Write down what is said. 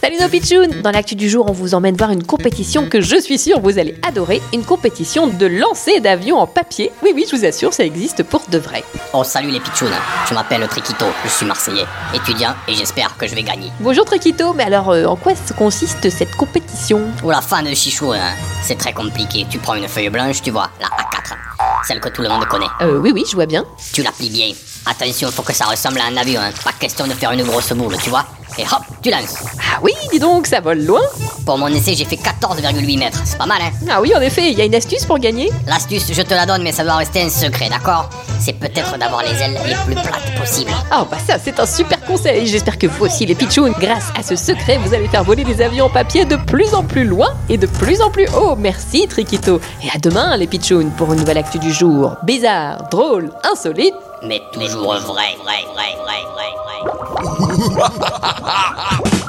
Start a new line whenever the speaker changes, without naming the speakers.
Salut nos pitchouns Dans l'actu du jour, on vous emmène voir une compétition que je suis sûre vous allez adorer, une compétition de lancer d'avions en papier. Oui, oui, je vous assure, ça existe pour de vrai.
Oh salut les pitchounes, je m'appelle Triquito, je suis marseillais, étudiant et j'espère que je vais gagner.
Bonjour Trekito, mais alors euh, en quoi consiste cette compétition
Ou Oh, la fan de Chichou, hein. c'est très compliqué, tu prends une feuille blanche, tu vois, la A4, celle que tout le monde connaît.
Euh, oui, oui, je vois bien.
Tu la plies bien. Attention, faut que ça ressemble à un avion, hein. pas question de faire une grosse boule, tu vois. Et hop, tu lances.
Ah oui, dis donc, ça vole loin
Pour mon essai, j'ai fait 14,8 mètres, c'est pas mal, hein.
Ah oui, en effet, il y a une astuce pour gagner
L'astuce, je te la donne, mais ça doit rester un secret, d'accord C'est peut-être d'avoir les ailes les plus plates possibles.
Ah bah ça, c'est un super conseil J'espère que vous aussi, les pitchouns, grâce à ce secret, vous allez faire voler les avions en papier de plus en plus loin et de plus en plus haut Merci Triquito Et à demain, les pitchouns, pour une nouvelle actu du jour. Bizarre, drôle, insolite...
Mais toujours vrai, vrai, vrai, vrai, vrai, vrai.